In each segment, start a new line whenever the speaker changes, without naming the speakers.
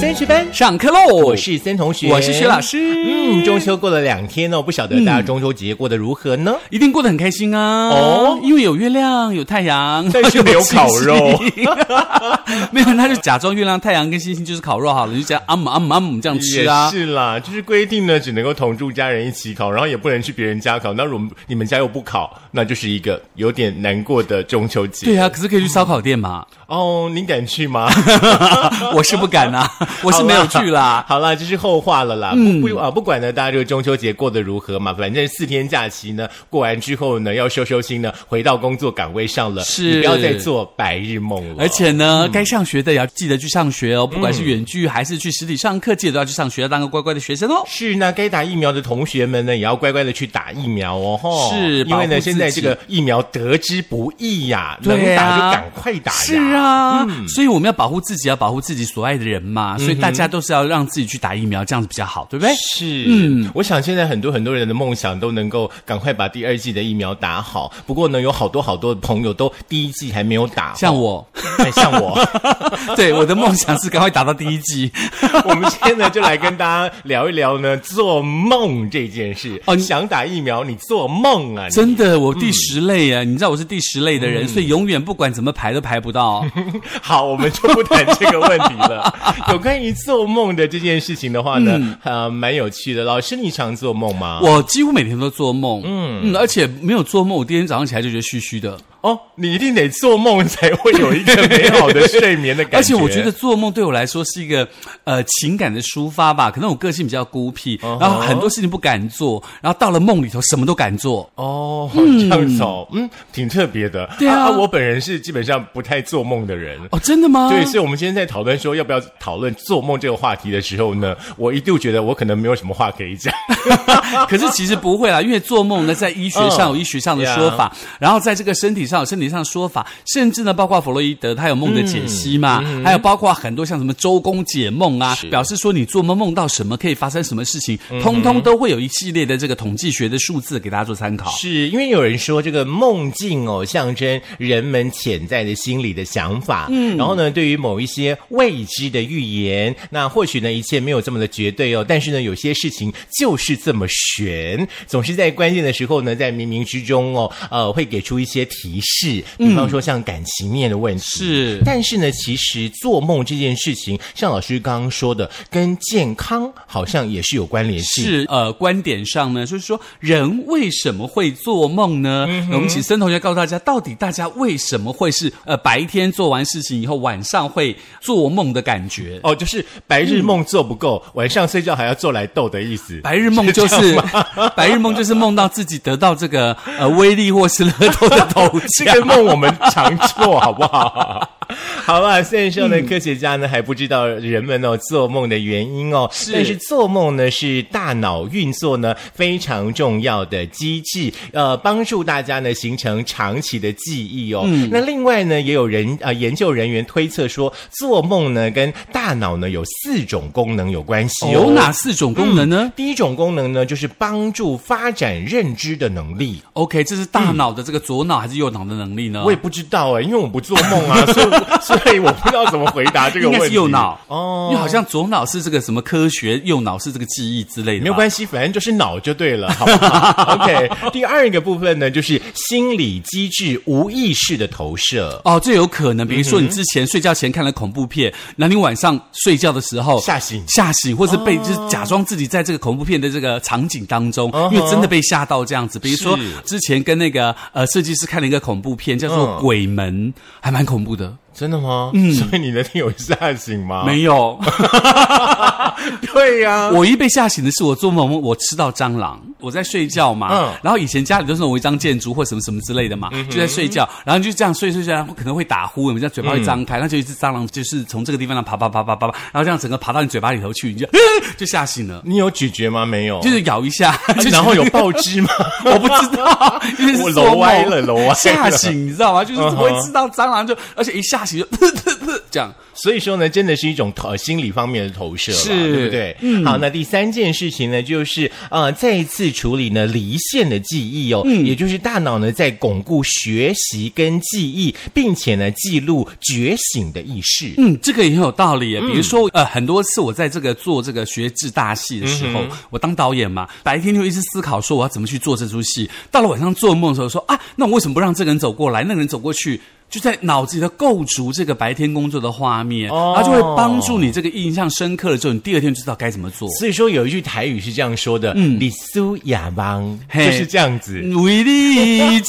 三十班，
上课喽！
我是森同学，
我是徐老。师，
嗯，中秋过了两天哦，不晓得大家中秋节过得如何呢？
一定过得很开心啊！
哦
因为有月亮，有太阳，
但是没有烤肉
星星， 没有，他就假装月亮、太阳跟星星就是烤肉好了，你就这样啊姆啊姆啊姆这样吃啊。
也是啦，就是规定呢，只能够同住家人一起烤，然后也不能去别人家烤。那如果你们家又不烤，那就是一个有点难过的中秋节。
对啊，可是可以去烧烤 店嘛？
哦，你敢去 吗？
我是不敢啊，我是没有去 啦。
好啦，这是后话了啦。嗯、不啊，不管呢，大家这个中秋节过得如何嘛，反正四天假期呢，过完之后呢，要收收心呢，回到工作岗位上了。
是
你不要再做白日梦了。
而且呢，
嗯
该上学的也要记得去上学哦，不管是远距还是去实体上课，记得都要去上学，要当个乖乖的学生哦。
是呢，该打疫苗的同学们呢，也要乖乖的去打疫苗哦，吼！
是
因为
保护
呢，
自己
现在这个疫苗得之不易呀、能
对
打
啊
就赶快打呀。嗯
是，啊，所以我们要保护自己，要保护自己所爱的人嘛，所以大家都是要让自己去打疫苗，这样子比较好，对不
嗯
对？
是，嗯，我想现在很多很多人的梦想都能够赶快把第二季的疫苗打好。不过呢，有好多好多的朋友都第一季还没有打，
像我，
哎像 我。
对我的梦想是赶快打到第一季。
我们今天呢，就来跟大家聊一聊呢，做梦这件事。
哦你
想打疫苗，你做梦啊！你
真的，我第十类
嗯
啊，你知道我是第十类的人，所以永远不管怎么排都排 不到。
好，我们就不谈这个问题了。 有关于做梦的这件事情的话呢，呃，蛮有趣的。老师，你常做梦吗？
嗯我几乎每天都做梦，嗯，而且没有做梦，我第二天早上起来就觉得虚虚的。
哦，你一定得做梦才会有一个美好的睡眠的感觉。
而且我觉得做梦对我来说是一个呃情感的抒发吧，可能我个性比较孤僻
嗯
然后很多事情不敢做，然后到了梦里头什么都敢做。
哦，这样子哦，嗯，挺特别的。
对啊
我本人是基本上不太做梦的人。
哦，真的吗？
对，所以我们今天在讨论说要不要讨论做梦这个话题的时候呢，我一度觉得我可能没有什么话可以讲。
可是其实不会啦，因为做梦呢，在医学上有医学上的说法，然后在这个身体上有身体上的说法，甚至呢，包括弗洛伊德他有梦的解析嘛，还有包括很多像什么周公解梦啊
是，
表示说你做梦梦到什么可以发生什么事情，通通都会有一系列的这个统计学的数字给大家做参考。
是因为有人说这个梦境哦，象征人们潜在的心理的想法，嗯，然后呢，对于某一些未知的预言，那或许呢，一切没有这么的绝对哦，但是呢，有些事情就是这么悬，总是在关键的时候呢，在冥冥之中哦，呃，会给出一些提示，比方说像感情面的问题，
是
但是呢，其实做梦这件事情，像老师刚刚说的，跟健康好像也是有关联性，
是呃，观点上呢，就是说人为什么会做梦呢？那我们请森同学告诉大家，到底大家为什么会是呃白天做完事情以后晚上会做梦的感觉？
哦，就是白日梦做不够，晚上睡觉还要做来斗的意思。
白日梦就是 白日梦，就是梦到自己得到这个呃威力或是乐透的头
这
奖。
个梦我们常做，好不好？ 好吧，虽然说呢，科学家呢还不知道人们哦做梦的原因哦，
是
但是做梦呢是大脑运作呢非常重要的机制，呃，帮助大家呢形成长期的记忆哦。那另外呢，也有人啊、呃研究人员推测说，做梦呢跟大脑呢有四种功能有关系、哦，
有哪四种功能呢、
第一种功能呢，就是帮助发展认知的能力。
o k 这是大脑的这个左脑还是右脑的能力呢？
我也不知道哎、因为我不做梦 啊，所以我所以我不知道怎么回答这个
应
问
该
题。
是右脑
哦，
因为好像左脑是这个什么科学，右脑是这个记忆之类的吧。
没有关系，反正就是脑就对了，好不 好？OK。第二个部分呢，就是心理机制无意识的投射。
哦，这有可
嗯
能。比如说，你之前睡觉前看了恐怖片，那、你晚上睡觉的时候
吓醒哦
吓醒，或是被、就是假装自己在这个恐怖片的这个场景当中，
嗯哼
因为真的被吓到这样子。比如说
是，
之前跟那个呃设计师看了一个恐怖片，叫做
嗯
《鬼门》，还蛮恐怖的。
真的吗？嗯，所以你的听友吓醒吗？，
没有，
对呀、
我一被吓醒的是我做梦，我吃到蟑螂，我在睡觉嘛。
嗯
然后以前家里都是那种违章建筑或什么什么之类的嘛，就在睡觉，然后就这样睡睡睡，然后可能会打呼，你这样嘴巴会张开，那就一只蟑螂就是从这个地方上爬爬爬爬爬爬，然后这样整个爬到你嘴巴里头去，你就就吓醒了。
你有咀嚼吗？没有。
就是咬一下，
哦啊
就
然后有爆汁吗？
我不知道，因为是
我
做
楼
梦
歪了楼歪了
吓醒，你知道吗？就是
嗯哼嗯
我一吃到蟑螂就，而且一吓起就 噗噗噗这样。
所以说呢，真的是一种投心理方面的投射了，
是
对不对？嗯。好，那第三件事情呢，就是呃，再一次处理呢离线的记忆哦，
嗯
也就是大脑呢在巩固学习跟记忆，并且呢记录觉醒的意识。
嗯，这个也很有道理耶。比如说，呃，很多次我在这个做这个学制大戏的时候，我当导演嘛，白天就一直思考说我要怎么去做这出戏。到了晚上做梦的时候说，啊，那我为什么不让这个人走过来，那个人走过去？就在脑子里头构筑这个白天工作的画面，啊
哦
它就会帮助你这个印象深刻了之后，你第二天就知道该怎么做。
所以说有一句台语是这样说的：“李苏亚邦”，
嗯嘿
就是这样子。
为你一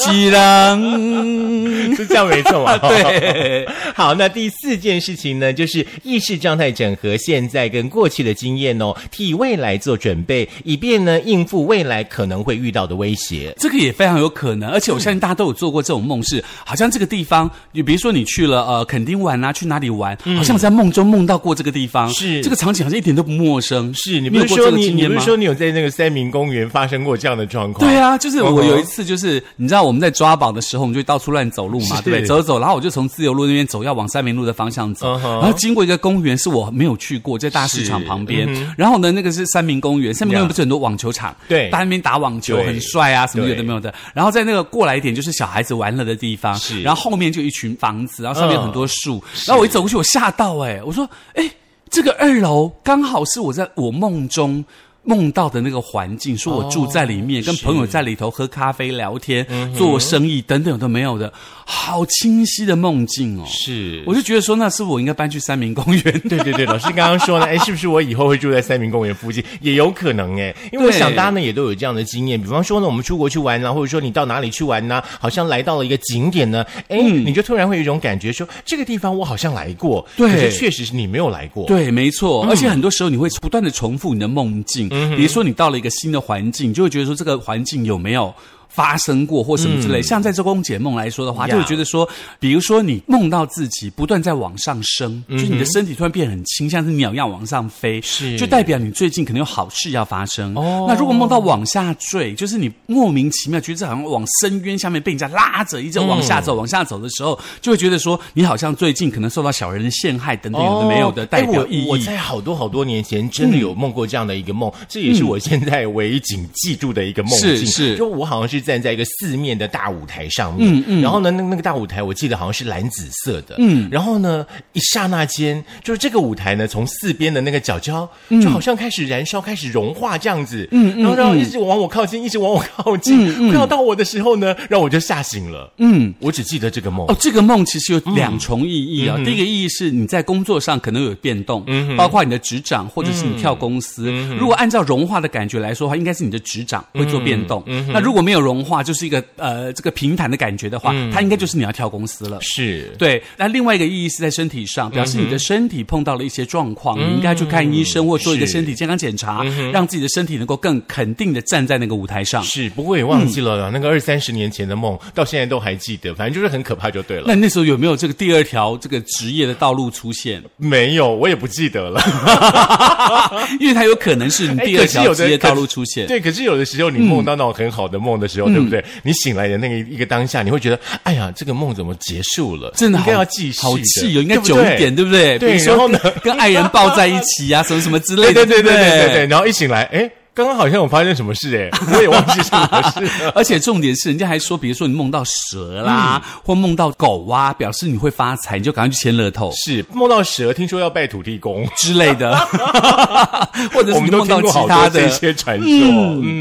人，
是这样没错嘛？
对。
好，那第四件事情呢，就是意识状态整合现在跟过去的经验哦，替未来做准备，以便呢应付未来可能会遇到的威胁。
这个也非常有可能，而且我相信大家都有做过这种梦，是好像这个地方，你比如说你去了呃垦丁玩啊，去哪里玩，好像在梦中梦到过这个地方，
嗯是
这个场景好像一点都不陌生。
是你
你
不
有
是
过这
说
个
你
经
你
验
不
吗
是？说你有在那个三明公园发生过这样的状况？
对啊，就是
嗯
我
哼
有一次，就是你知道我们在抓宝的时候，我们就到处乱走路嘛，
是
对不对？走着走，然后我就从自由路那边走，要往三明路的方向走，
嗯哼
然后经过一个公园，是我没有去过，在大市场旁边
是。嗯
然后呢，那个是三明公园，三明公园不是很多网球场，
对
大家那边打网球
对
很帅啊，什么
对
有的没有的。然后在那个过来一点，就是小孩子玩乐的地方，
是
然后后面就一群房子，然后上面
嗯
有很多树。然后我一走过去，我吓到哎、我说哎、这个二楼刚好是我在我梦中。梦到的那个环境，说我住在里面，跟朋友在里头喝咖啡、聊天、做生意等等都没有的，好清晰的梦境哦！
是
我就觉得说，那是不是我应该搬去三明公园？
对对对，老师刚刚说呢，哎，是不是我以后会住在三明公园附近？也有可能哎，因为我
对
想大家呢也都有这样的经验，比方说呢，我们出国去玩啊呢、或者说你到哪里去玩呢、好像来到了一个景点呢，哎，
嗯
你就突然会有一种感觉说，这个地方我好像来过，
对
可是确实是你没有来过，嗯
对，没错，而且很多时候你会不断的重复你的梦境，比如说你到了一个新的环境，你就会觉得说这个环境有没有。发生过或什么之类，像在周公解梦来说的
嗯
话，
呀
就会觉得说，比如说你梦到自己不断在往上升，就是你的身体突然变很轻，像是鸟一样往上飞，
嗯是
就代表你最近可能有好事要发生。
哦
那如果梦到往下坠，就是你莫名其妙觉得这好像往深渊下面被人家拉着，一直往下走、往下走的时候，就会觉得说你好像最近可能受到小人的陷害等等，有的没有的
哦
代
哎
表意义。嗯
我我在好多好多年前真的有梦过这样的一个梦，这也是我现在唯一仅记住的一个梦境。
是是
就我好像是站在一个四面的大舞台上面，嗯嗯，然后呢，那那个大舞台我记得好像是蓝紫色的，嗯，然后呢，一刹那间，就是这个舞台呢，从四边的那个角角，
嗯
就好像开始燃烧，开始融化这样子，嗯，然后然后一直往我靠近，一直往我靠近，
嗯
快要到我的时候呢，让我就吓醒了，嗯，我只记得这个梦
哦，，这个梦其实有两重意义啊、第一个意义是你在工作上可能有变动，包括你的职掌或者是你跳公司。如果按照融化的感觉来说的话，应该是你的职掌会做变动。那如果没有融化，就是一个呃这个平坦的感觉的话，它应该嗯就是你嗯要跳公司了。
是。
对，那另外一个意义是在身体上，表示你的身体碰到了一些状况，你应该去看医生或做一个
是
身体健康检查，让自己的身体能够更肯定的站在那个舞台上。
是，不过也忘记了啦、那个二三十年前的梦，到现在都还记得，反正就是很可怕就对了。
那你那时候有没有这个第二条这个职业的道路出现？啊
没有，我也不记得了。
因为它有可能是你第 二
哎
条
可是有的
职业道路出现。
对，可是有的时候你梦到那种很好的梦的时候，对不对？你醒来的那个一个当下，你会觉得，哎呀，这个梦怎么结束了？
真的
应
好
该要继续的，
好气哦，应该
对不
久
对
一点，。对不对？
对
比如说
然后呢
跟跟爱人抱在一起啊，什么什么之类
对
的，
对对对
不
对对对。然后一醒来，哎，刚刚好像有发生什么事，哎，我也忘记什么 事了。
而且重点是，人家还说，比如说你梦到蛇啦，
嗯
或梦到狗啊，表示你会发财，你就赶快去签乐透
是梦到蛇，听说要拜土地公，
之类的，或者
我
是你
们都听
梦到
过
其
好
他
多这。
的
些传说。嗯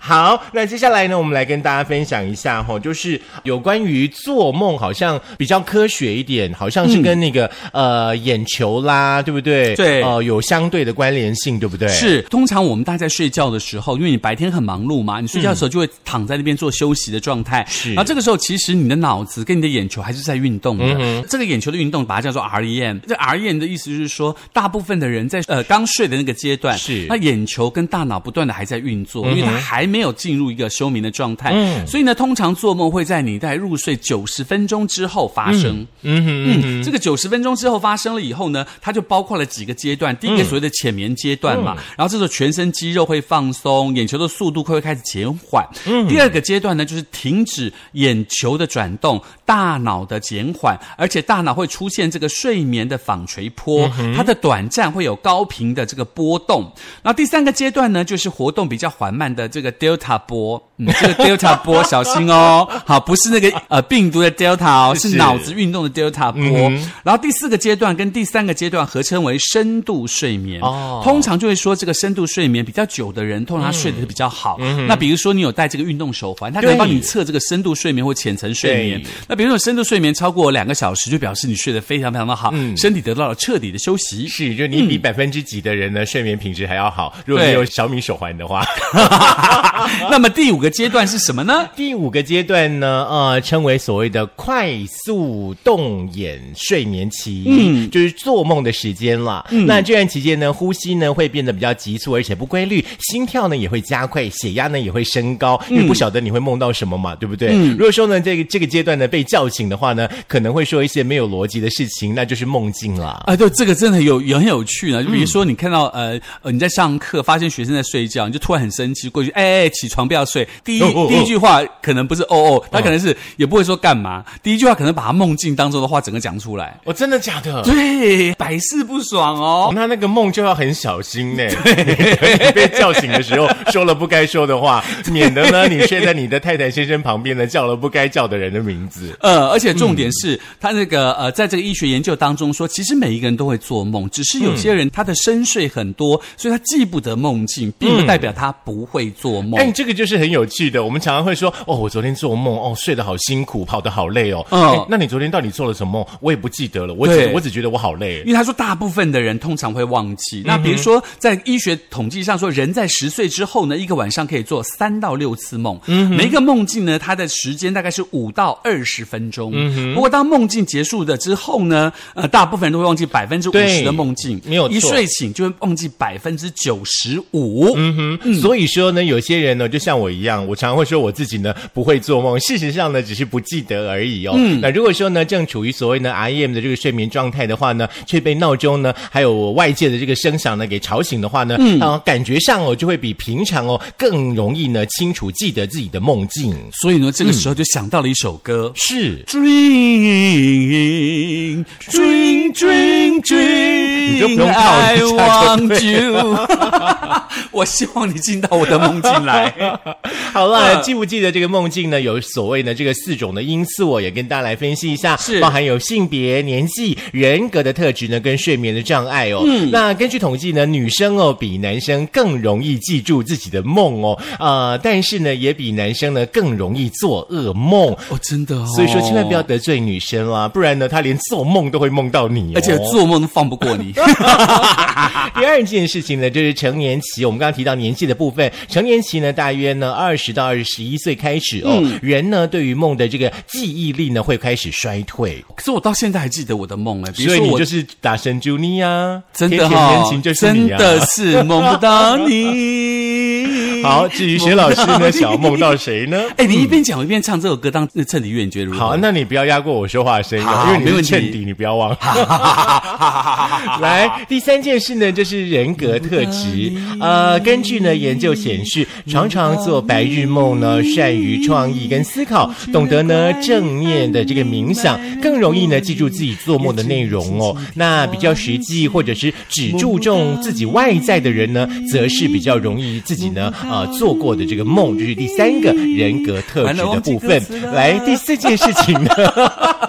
好，那接下来呢，我们来跟大家分享一下哈、就是有关于做梦，好像比较科学一点，好像是跟那个、呃眼球啦，对不对？
对
呃，有相对的关联性，对不对？。
是，通常我们大家在睡觉的时候，因为你白天很忙碌嘛，你睡觉的时候就会躺在那边做休息的状态。
是
然后这个时候其实你的脑子跟你的眼球还是在运动的。
嗯
这个眼球的运动把它叫做 REM。这 REM 的意思就是说，大部分的人在呃刚睡的那个阶段，
是
那眼球跟大脑不断的还在运作，因为它还没有进入一个休眠的状态。
嗯
所以呢，通常做梦会在你在入睡九十分钟之后发生。
嗯哼嗯
这个九十分钟之后发嗯生了以后呢，它就包括了几个阶段。第一个所谓的浅眠阶段嘛，然后这时候全身肌肉会放松，眼球的速度会开始减缓。嗯，第二个阶段呢，就是停止眼球的转动，大脑的减缓，而且大脑会出现这个睡眠的纺锤波，它的短暂会有高频的这个波动。然后第三个阶段呢，就是活动比较缓慢的这个 delta 波，嗯，这个 delta 波小心 哦，好，不是那个呃病毒的 delta 哦，是
是
脑子运动的 delta 波。
嗯
然后第四个阶段跟第三个阶段合称为深度睡眠。
哦
通常就会说这个深度睡眠比较久的人，通常他睡得是比较好。那比如说你有戴这个运动手环，它可以
嗯对
帮你测这个深度睡眠或浅层睡眠
对。
那比如说深度睡眠超过两个小时，就表示你睡得非常非常的好，
嗯
身体得到了彻底的休息。
是，就你比百分之几的人呢，睡眠品质还要好。如果你
对
有小米手环的话，
那么第五个阶段是什么呢？
第五个阶段呢，呃，称为所谓的快速动眼睡眠期，嗯，就是做梦的时间了。那这段期间呢，呼吸呢会变得比较急促，而且不规律，心跳呢也会加快，血压呢也会升高，因为不晓得你会梦到什么嘛，对不对？如果说呢这个这个阶段呢被叫醒的话呢，可能会说一些没有逻辑的事情，那就是梦境啦。
啊，对，这个真的有也很有趣啊呢。就比如说，你看到、呃呃你在上课，发现学生在睡觉，你就突然很生气，过去哎哎起床不要睡。第一、
哦哦哦
第一句话可能不是哦哦，他可能是、也不会说干嘛。第一句话可能把他梦境当中的话整个讲出来，
我、哦真的假的？
对，百试不爽
哦
哦。
那那个梦就要很小心 呢，被叫醒的时候说了不该说的话，免得呢你睡在你的太太先生旁边呢叫了不该叫的人的名字。
呃，而且重点是，他那个呃，在这个医学研究当中说，其实每一个人都会做梦，只是有些人他的深睡很多，所以他记不得梦境，并不代表他不会做梦。
哎，这个就是很有趣的。我们常常会说，哦，我昨天做梦，哦，睡得好辛苦，跑得好累哦。
嗯
哎那你昨天到底做了什么梦？我也不记得了，我只
对
我只觉得我好累
因。为他说大部分的人通常会忘记。那
嗯
比如说，在医学统计上说，人在十岁之后呢，一个晚上可以做三到六次梦。
嗯
每一个梦境呢，它的时间大概是五到二十分钟。
嗯
不过当梦境结束的之后呢，呃，大部分人都会忘记百分之五
对
十的梦境，
没有错
一睡醒就会忘记百分之九十五。
嗯所以说呢，有些人呢，就像我一样，我常常会说我自己呢不会做梦， 事实上呢，只是不记得而已哦。那如果说呢，正处于所谓呢 I M 的这个睡眠状态的话呢，却被闹钟呢，还有外界的这个声响呢给吵醒的话呢，嗯、感觉上哦就会比平常哦更容易呢清楚记得自己的梦境。
所以呢，这个时
嗯
候就想到了一首歌。
是，
Dream, dream, dream,
你就不
dream,
用跳
I
一下就
want you。我希望你进到我的梦境 来。
好了，
呃
记不记得这个梦境呢？有所谓呢这个四种的因素哦，我也跟大家来分析一下，
是
包含有性别、年纪、人格的特质呢，跟睡眠的障碍哦。嗯，那根据统计呢，女生哦比男生更容易记住自己的梦哦，呃，但是呢也比男生呢更容易做噩梦。
哦，真的哦。
所以说，千万不要。得罪女生啦，不然呢，她连做梦都会梦到你、哦，
而且做梦都放 不过你，
第二件事情呢，就是成年期。我们刚刚提到年纪的部分，成年期呢，大约呢二十到二十一岁开始哦，人呢对于梦的这个记忆力呢会开始衰退，
可是我到现在还记得我的梦哎，比如
所以
说
你
我
就是打神朱妮啊，
真
甜
的
甜
哈
恋情，就是
真
你啊。
的是梦不到你。
好，至于薛老师 呢，想要梦到谁呢？
哎，你一边讲我一边唱这首歌当那衬底乐，你觉得如何？
好，那你不要压过我说话的声音哦，
好
因为你
没
是
问题
衬底，你不要忘了。 来，第三件事呢，就是人格特质。呃，根据呢研究显示，常常做白日梦呢，善于创意跟思考，懂得呢正念的这个冥想，更容易呢记住自己做梦的内容哦。那比较实际或者是只注重自己外在的人呢，则是比较容易自己呢啊做过的这个梦，这、是第三个人格特质的部分。来，第四件事情呢。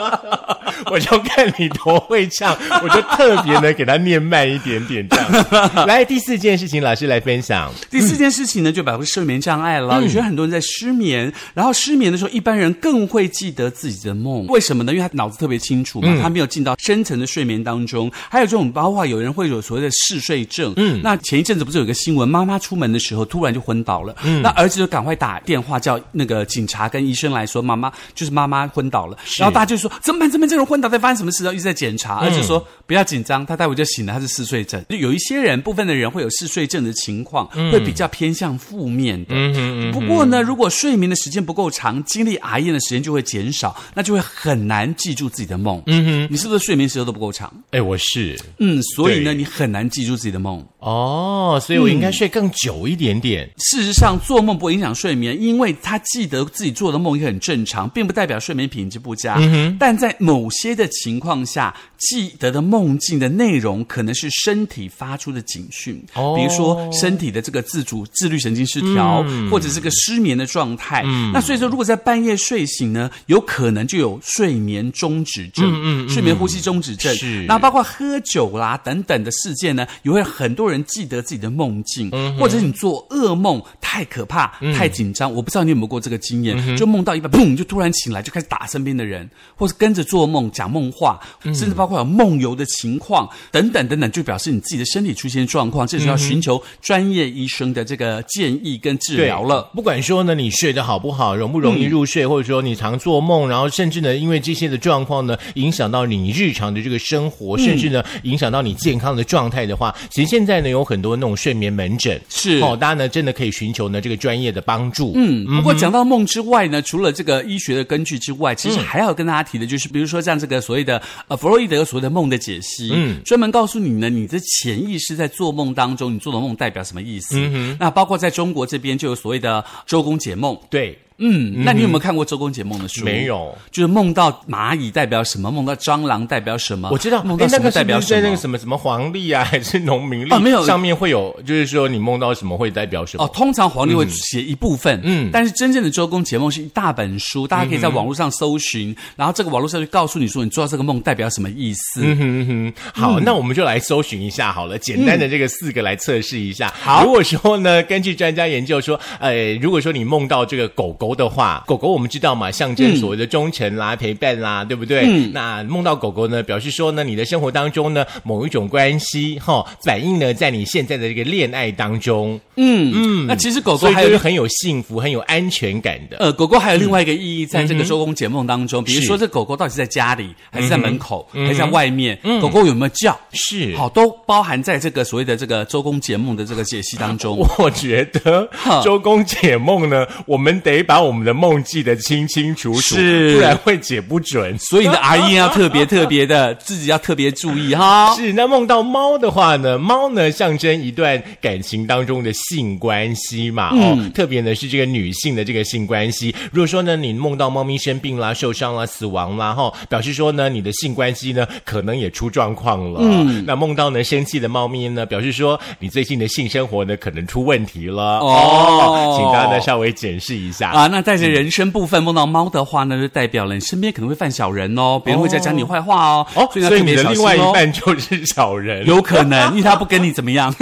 我就看你多会唱，我就特别呢给他念慢一点点这 样。来，第四件事情，老师来分享。
第四件事情呢，就表示睡眠障碍了。有些很多人在失眠，然后失眠的时候，一般人更会记得自己的梦，为什么呢？因为他脑子特别清楚嘛，他没有进到深层的睡眠当中。还有这种包括有人会有所谓的嗜睡症，嗯，那前一阵子不是有个新闻，妈妈出门的时候突然就昏倒了，嗯，那儿子就赶快打电话叫那个警察跟医生来说，妈妈就是妈妈昏倒了，然后大家就说怎么办？怎么办？这个人昏倒在发生什么事？然后一直在检查，而且说不要紧张，他待会就醒了，他是嗜睡症。就有一些人，部分的人会有嗜睡症的情况，会比较偏向负面的。
嗯
不过呢，如果睡眠的时间不够长，经历癌症的时间就会减少，那就会很难记住自己的梦。嗯哼，你是不是睡眠时间都不够长？
哎，我是
嗯，所以呢，
对
你很难记住自己的梦。
哦，所以我应该睡更久一点点。
事实上，做梦不会影响睡眠，因为他记得自己做的梦也很正常，并不代表睡眠品质不
嗯
佳。但在某些的情况下，记得的梦境的内容可能是身体发出的警讯，
哦
比如说身体的这个自主自律神经失调，
嗯
或者是个失眠的状态。那所以说，如果在半夜睡醒呢，有可能就有睡眠中止症、
嗯
睡眠呼吸中止症。
是
那包括喝酒啦等等的事件呢，也会很多人记得自己的梦境，或者是你做噩梦太可怕、太紧张。我不知道你有没有过这个经验，就梦到一半，砰，就突然醒来，就开始打身边的人，或是跟着做梦讲梦话，甚至包括有梦游的情况等等等等，就表示你自己的身体出现状况，这时候要寻求专业医生的这个建议跟治疗了。
不管说呢，你睡得好不好，容不容易入睡，或者说你常做梦，然后甚至呢，因为这些的状况呢，影响到你日常的这个生活，甚至呢，影响到你健康的状态的话，其实现在呢，有很多那种睡眠门诊，
是
哦，大家呢真的可以寻求呢这个专业的帮助。嗯，
嗯，不过讲到梦之外呢，除了这个医学的根据之外，其
嗯
实还要跟大家提的就是，比如说像这个所谓的呃弗洛伊德所谓的梦的解析，嗯，专门告诉你呢，你的潜意识在做梦当中，你做的梦代表什么意思？嗯那包括在中国这边就有所谓的周公解梦，
对，
嗯，那你有没有看过周公解梦的书？
没，有。
就是梦到蚂蚁代表什么，梦到蟑螂代表什么，
我知道，
梦到
诶
什
那
么
个
代
是
表
不是
什
在
么
那个。什么什么黄历啊，还是农民历？
哦没有
上面会有，就是说你梦到什么会代表什么。
哦，通常黄历会写一部分，嗯
嗯，
但是真正的周公解梦是一大本书，大家可以在网络上搜寻，然后这个网络上就告诉你说，你做到这个梦代表什么意思。
嗯哼，好，那我们就来搜寻一下好了，简单的这个四个来测试一下。好，如果说呢，根据专家研究说，呃，如果说你梦到这个狗狗的话，狗狗我们知道嘛，象征所谓的忠诚啦、陪伴啦，对不对？那梦到狗狗呢，表示说呢，你的生活当中呢，某一种关系哈、反映呢在你现在的这个恋爱当中，
嗯，那其实狗狗
所以
还
就
有
是。很有幸福、很有安全感的。
呃，狗狗还有另外一个意义，在这个周公解梦
嗯
当中，比如说这狗狗到底是在家里，还是在门口，还是在外面，
嗯
狗狗有没有叫，
是
好，都包含在这个所谓的这个周公解梦的这个解析当中。
我觉得
哈
周公解梦呢，我们得把我们的梦记得清清楚楚，
是
不然会解不准。
所以你的 R E 要特别特别的，自己要特别注意哈。
是，那梦到猫的话呢，猫呢象征一段感情当中的性关系嘛，
嗯
哦，特别呢是这个女性的这个性关系。如果说呢你梦到猫咪生病啦、受伤啦、死亡啦，哈、表示说呢你的性关系呢可能也出状况了。嗯，那梦到呢生气的猫咪呢，表示说你最近的性生活呢可能出问题了。
哦
请大家呢稍微检视一下。
啊，那带着人生部分梦到猫的话呢，就代表了你身边可能会犯小人哦，别人会在讲你坏话哦，
哦，
所以要特
你
别
的
小
另
心
外一
哦。
半就是小人。
有 可能，因为他不跟你怎么样。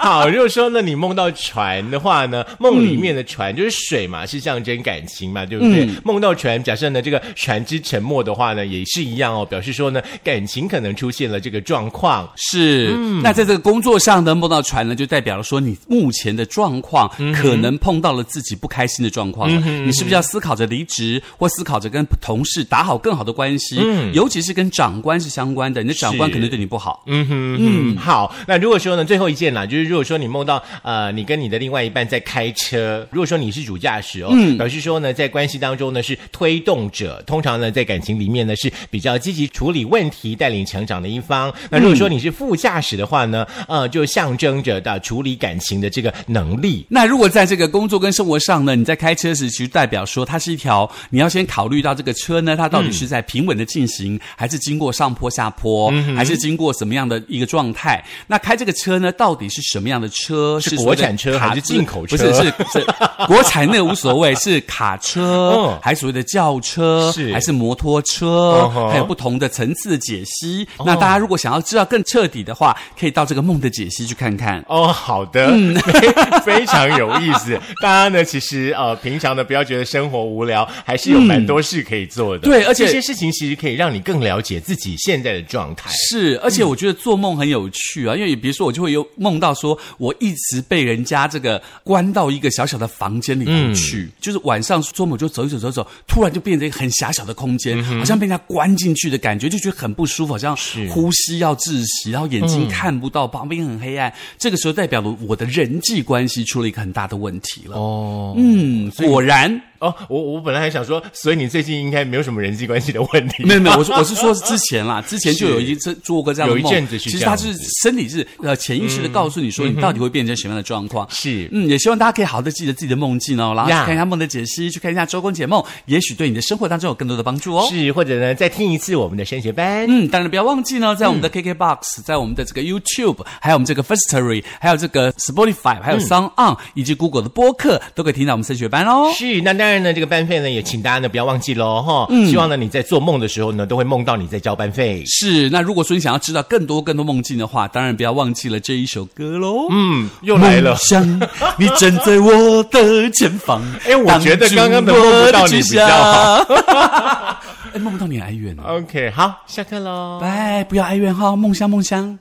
好，如果说呢，你梦到船的话呢，梦里面的船就是水嘛，是象征感情嘛，对不对？梦到船，假设呢这个船只沉没的话呢，也是一样哦，表示说呢感情可能出现了这个状况。
是，
嗯
那在这个工作上呢，梦到船呢，就代表了说你目前的状况
嗯
可能碰到了自己不开心的状况了。你是不是要思考着离职，或思考着跟同事打好更好的关系？尤其是跟长官是相关的，你的长
嗯
官
是
可能对你不好。
嗯哼嗯，好。那如果说呢，最后一件啦，就是如果说你梦到呃，你跟你的另外一半在开车，如果说你是主驾驶哦，表示说呢，在关系当中呢是推动者，通常呢在感情里面呢是比较积极处理问题、带领成长的一方。那如果说你是副驾驶的话呢，呃，就象征着的处理感情的这个能力。
那如果在这个工作跟生活上呢，你在开车时，其实代表说它是一条，你要先考虑到这个车呢，它到底是在平稳的进行，还是经过上坡下坡，
嗯
还是经过什么样的一个状态？那开这个车呢，到底是什么样的车？
是
所谓
国
的
产车
卡
还是进口车
不是，是是 国产那无所谓，是卡车
嗯，
还是所谓的轿车，
是
还是摩托车
嗯，哼哦
还有不同的层次的解析。那大家如果想要知道更彻底的话，可以到这个梦的解析去看看。
哦，好的，
嗯
非非常有意思。大家呢，其实呃，平常呢，不要觉得生活无聊，还是有蛮多事可以做的。
嗯对而且
这些事情其实可以让你更了解自己现在的状态。
是，而且我觉得做梦很有趣啊，因为比如说我就会有梦到说，说，我一直被人家这个关到一个小小的房间里头去，就是晚上做梦就走一走走一走，突然就变成一个很狭小的空间，好像被人家关进去的感觉，就觉得很不舒服，好像呼吸要窒息，然后眼睛看不到，旁边很黑暗。这个时候代表我的人际关系出了一个很大的问题了。
哦
嗯，果然。
哦，我我本来还想说，所以你最近应该没有什么人际关系的问题。
没有没 有，我是我是说之前啦，之前就有一次做过这样的梦，
有一阵子是
其实
这样
它
子嗯
是身体是呃潜意识的告诉你说你到底会变成什么样的状况。
是
嗯，也希望大家可以好好的记得自己的梦境哦，然后去
呀
看一下梦的解析，去看一下周公解梦，也许对你的生活当中有更多的帮助哦。
是，或者呢，再听一次我们的升学班。
嗯，当然不要忘记呢，在我们
嗯
的 KKBOX，、在我们的这个 YouTube，还有我们这个 Firstory，还有这个 Spotify，还有
嗯
Sound On，、以及 Google 的播客，都可以听到我们升学班哦。
是，那当然呢，这个班费呢，也请大家呢不要忘记喽哈。
嗯
希望呢你在做梦的时候呢，都会梦到你在交班费。
是，那如果说你想要知道更多更多梦境的话，当然不要忘记了这一首歌喽。嗯。
嗯，又来了
梦。想，你站在我的前方。
哎我觉得刚刚的
挡住
梦不到
我的
你
去
比较好
向。哎，梦不到你哀怨哦。
OK，好，下课喽。
拜，不要哀怨哈，梦想梦想。